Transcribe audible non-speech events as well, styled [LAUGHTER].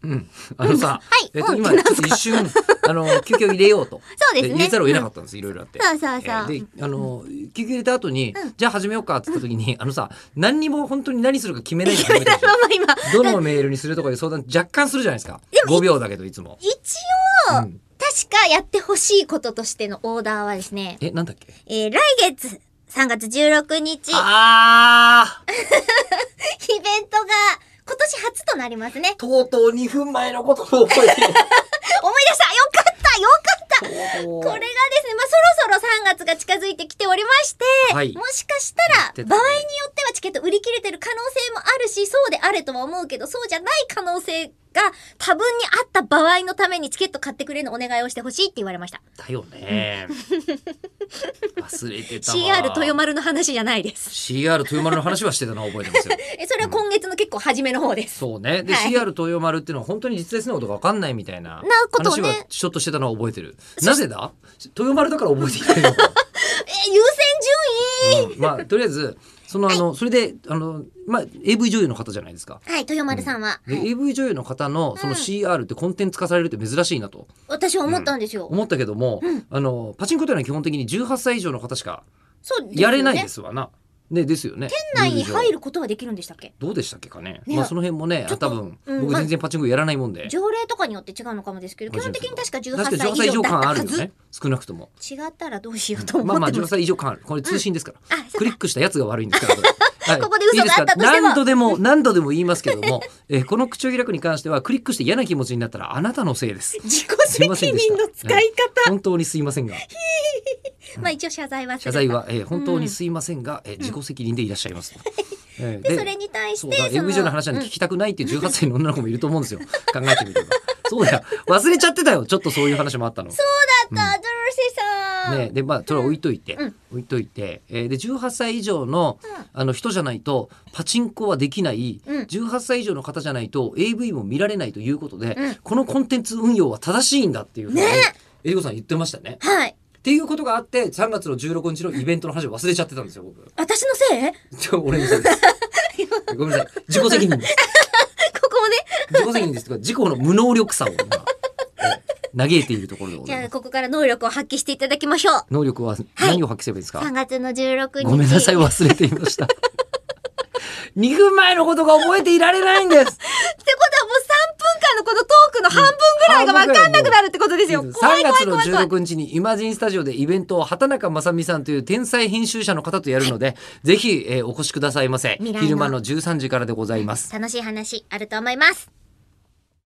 うん、あのさ、はいえっと、うん今なんすか一瞬、あの、休憩を入れようと。そうですね入れざるを得なかったんです、いろいろあって。そうそうそうえーで、あの、休憩入れた後に、うんじゃあ始めようかって言った時に、あのさ、何にも本当に何するか決めないで決始めめたた [LAUGHS] でしまょ。ま今どのメールにするとかいう相談若干するじゃないですか。5秒だけど、いつも。一応、うん確かやってほしいこととしてのオーダーはですね、え、なんだっけえー来月3月16日、イベントがあー今年初となりますね。とうとう2分前のことを覚えてる。思い出したよかったよかったここれがですね、まあ、そろそろ3月が近づいてきておりまして、はいもしかし言ったてら、た場ね合によってはチケット売り切れてる可能性もあるし、そうであれとは思うけど、そうじゃない可能性が多分にあった場合のためにチケット買ってくれるのお願いをしてほしいって言われました。だよね。忘れてたわ。 CR 豊丸の話じゃないです。 CR 豊丸の話はしてたのは覚えてますよ。え、それは今月の結構初めの方です。そうね。で、はい CR 豊丸っていうのは本当に実在することが分かんないみたいなことを話ねはちょっとしてたのは覚えてる。なぜだ豊丸だから覚えていないのか、え、優先順位、うんまあ、とりあえず、そのあの、それで、あの、まあ、AV 女優の方じゃないですか。はい、豊丸さんは。で、はい AV 女優の方のその CR ってコンテンツ化されるって珍しいなと私は思ったんですよ。思ったけども、あの、パチンコというのは基本的に18歳以上の方しかそうですよねやれないですわな。ね、ですよね。店内にルール上入ることはできるんでしたっけどうでしたっけかね。ねまあその辺もね、ちょっと多分、うん僕まあ全然パチンコやらないもんで。条例とかによって違うのかもですけど、基個人本差的に確か確か18に歳18歳以以上上だっ感たあはるよず。ね。少なくとも。違ったらどうし [LAUGHS] ようと思ってまあまあます18歳以上感ある。これ通信ですから。あそうかクリックしたやつが悪いんですから。 [LAUGHS] これはいここで嘘があったとしてもいいですか何度でも、何度でも言いますけども、 [LAUGHS] えーこの口を開くに関しては、クリックして嫌な気持ちになったらあなたのせい [LAUGHS] です。自すい己ませ責んでした任の使い方。本当にすいませんが、まあ一応謝罪はする謝罪。は、えー本当にすいませんが、えー自己責任でいらっしゃいます。えーで、それに対しそうて、だ、そ AV 上の話なんてうん聞きたくないっていう18歳の女の子もいると思うんですよ。考えてみれば。そうだよ。忘れちゃってたよ。ちょっとそういう話もあったの。そうだった、ドロシーさん。ね、でまあそれは置いといて、うん置いといて、えーで18歳以上の,、うんあの人じゃないとパチンコはできない、うん18歳以上の方じゃないと AV も見られないということで、うんこのコンテンツ運用は正しいんだっていうふうに、ねえりこさん言ってましたね。はい。っていうことがあって3月の16日のイベントの話を忘れちゃってたんですよ僕。私のせい [LAUGHS] こちょ [LAUGHS] 俺のせ [LAUGHS] いです。ごめんなさい自己責任です。こをね。自己責任ですとか自己の無能力さを今、えー嘆いているところで [LAUGHS] ごじざいゃあ、ます。ここから能力を発揮していただきましょう。能力は何を発揮すればいいですか、 3月の16日。ごめんなさい、忘れていました。2分前のことが覚えていられないんです。ってことはもう3分間のこのトークの半分ぐらいが分かんなくなるってことですよ。 3 [LAUGHS] 怖い怖月いの怖い怖い。 16日にイマジンスタジオでイベントを畑中正美さんという天才編集者の方とやるので、ぜひ、えーお越しくださいませ。未来の昼間の13時からでございます。楽しい話あると思います。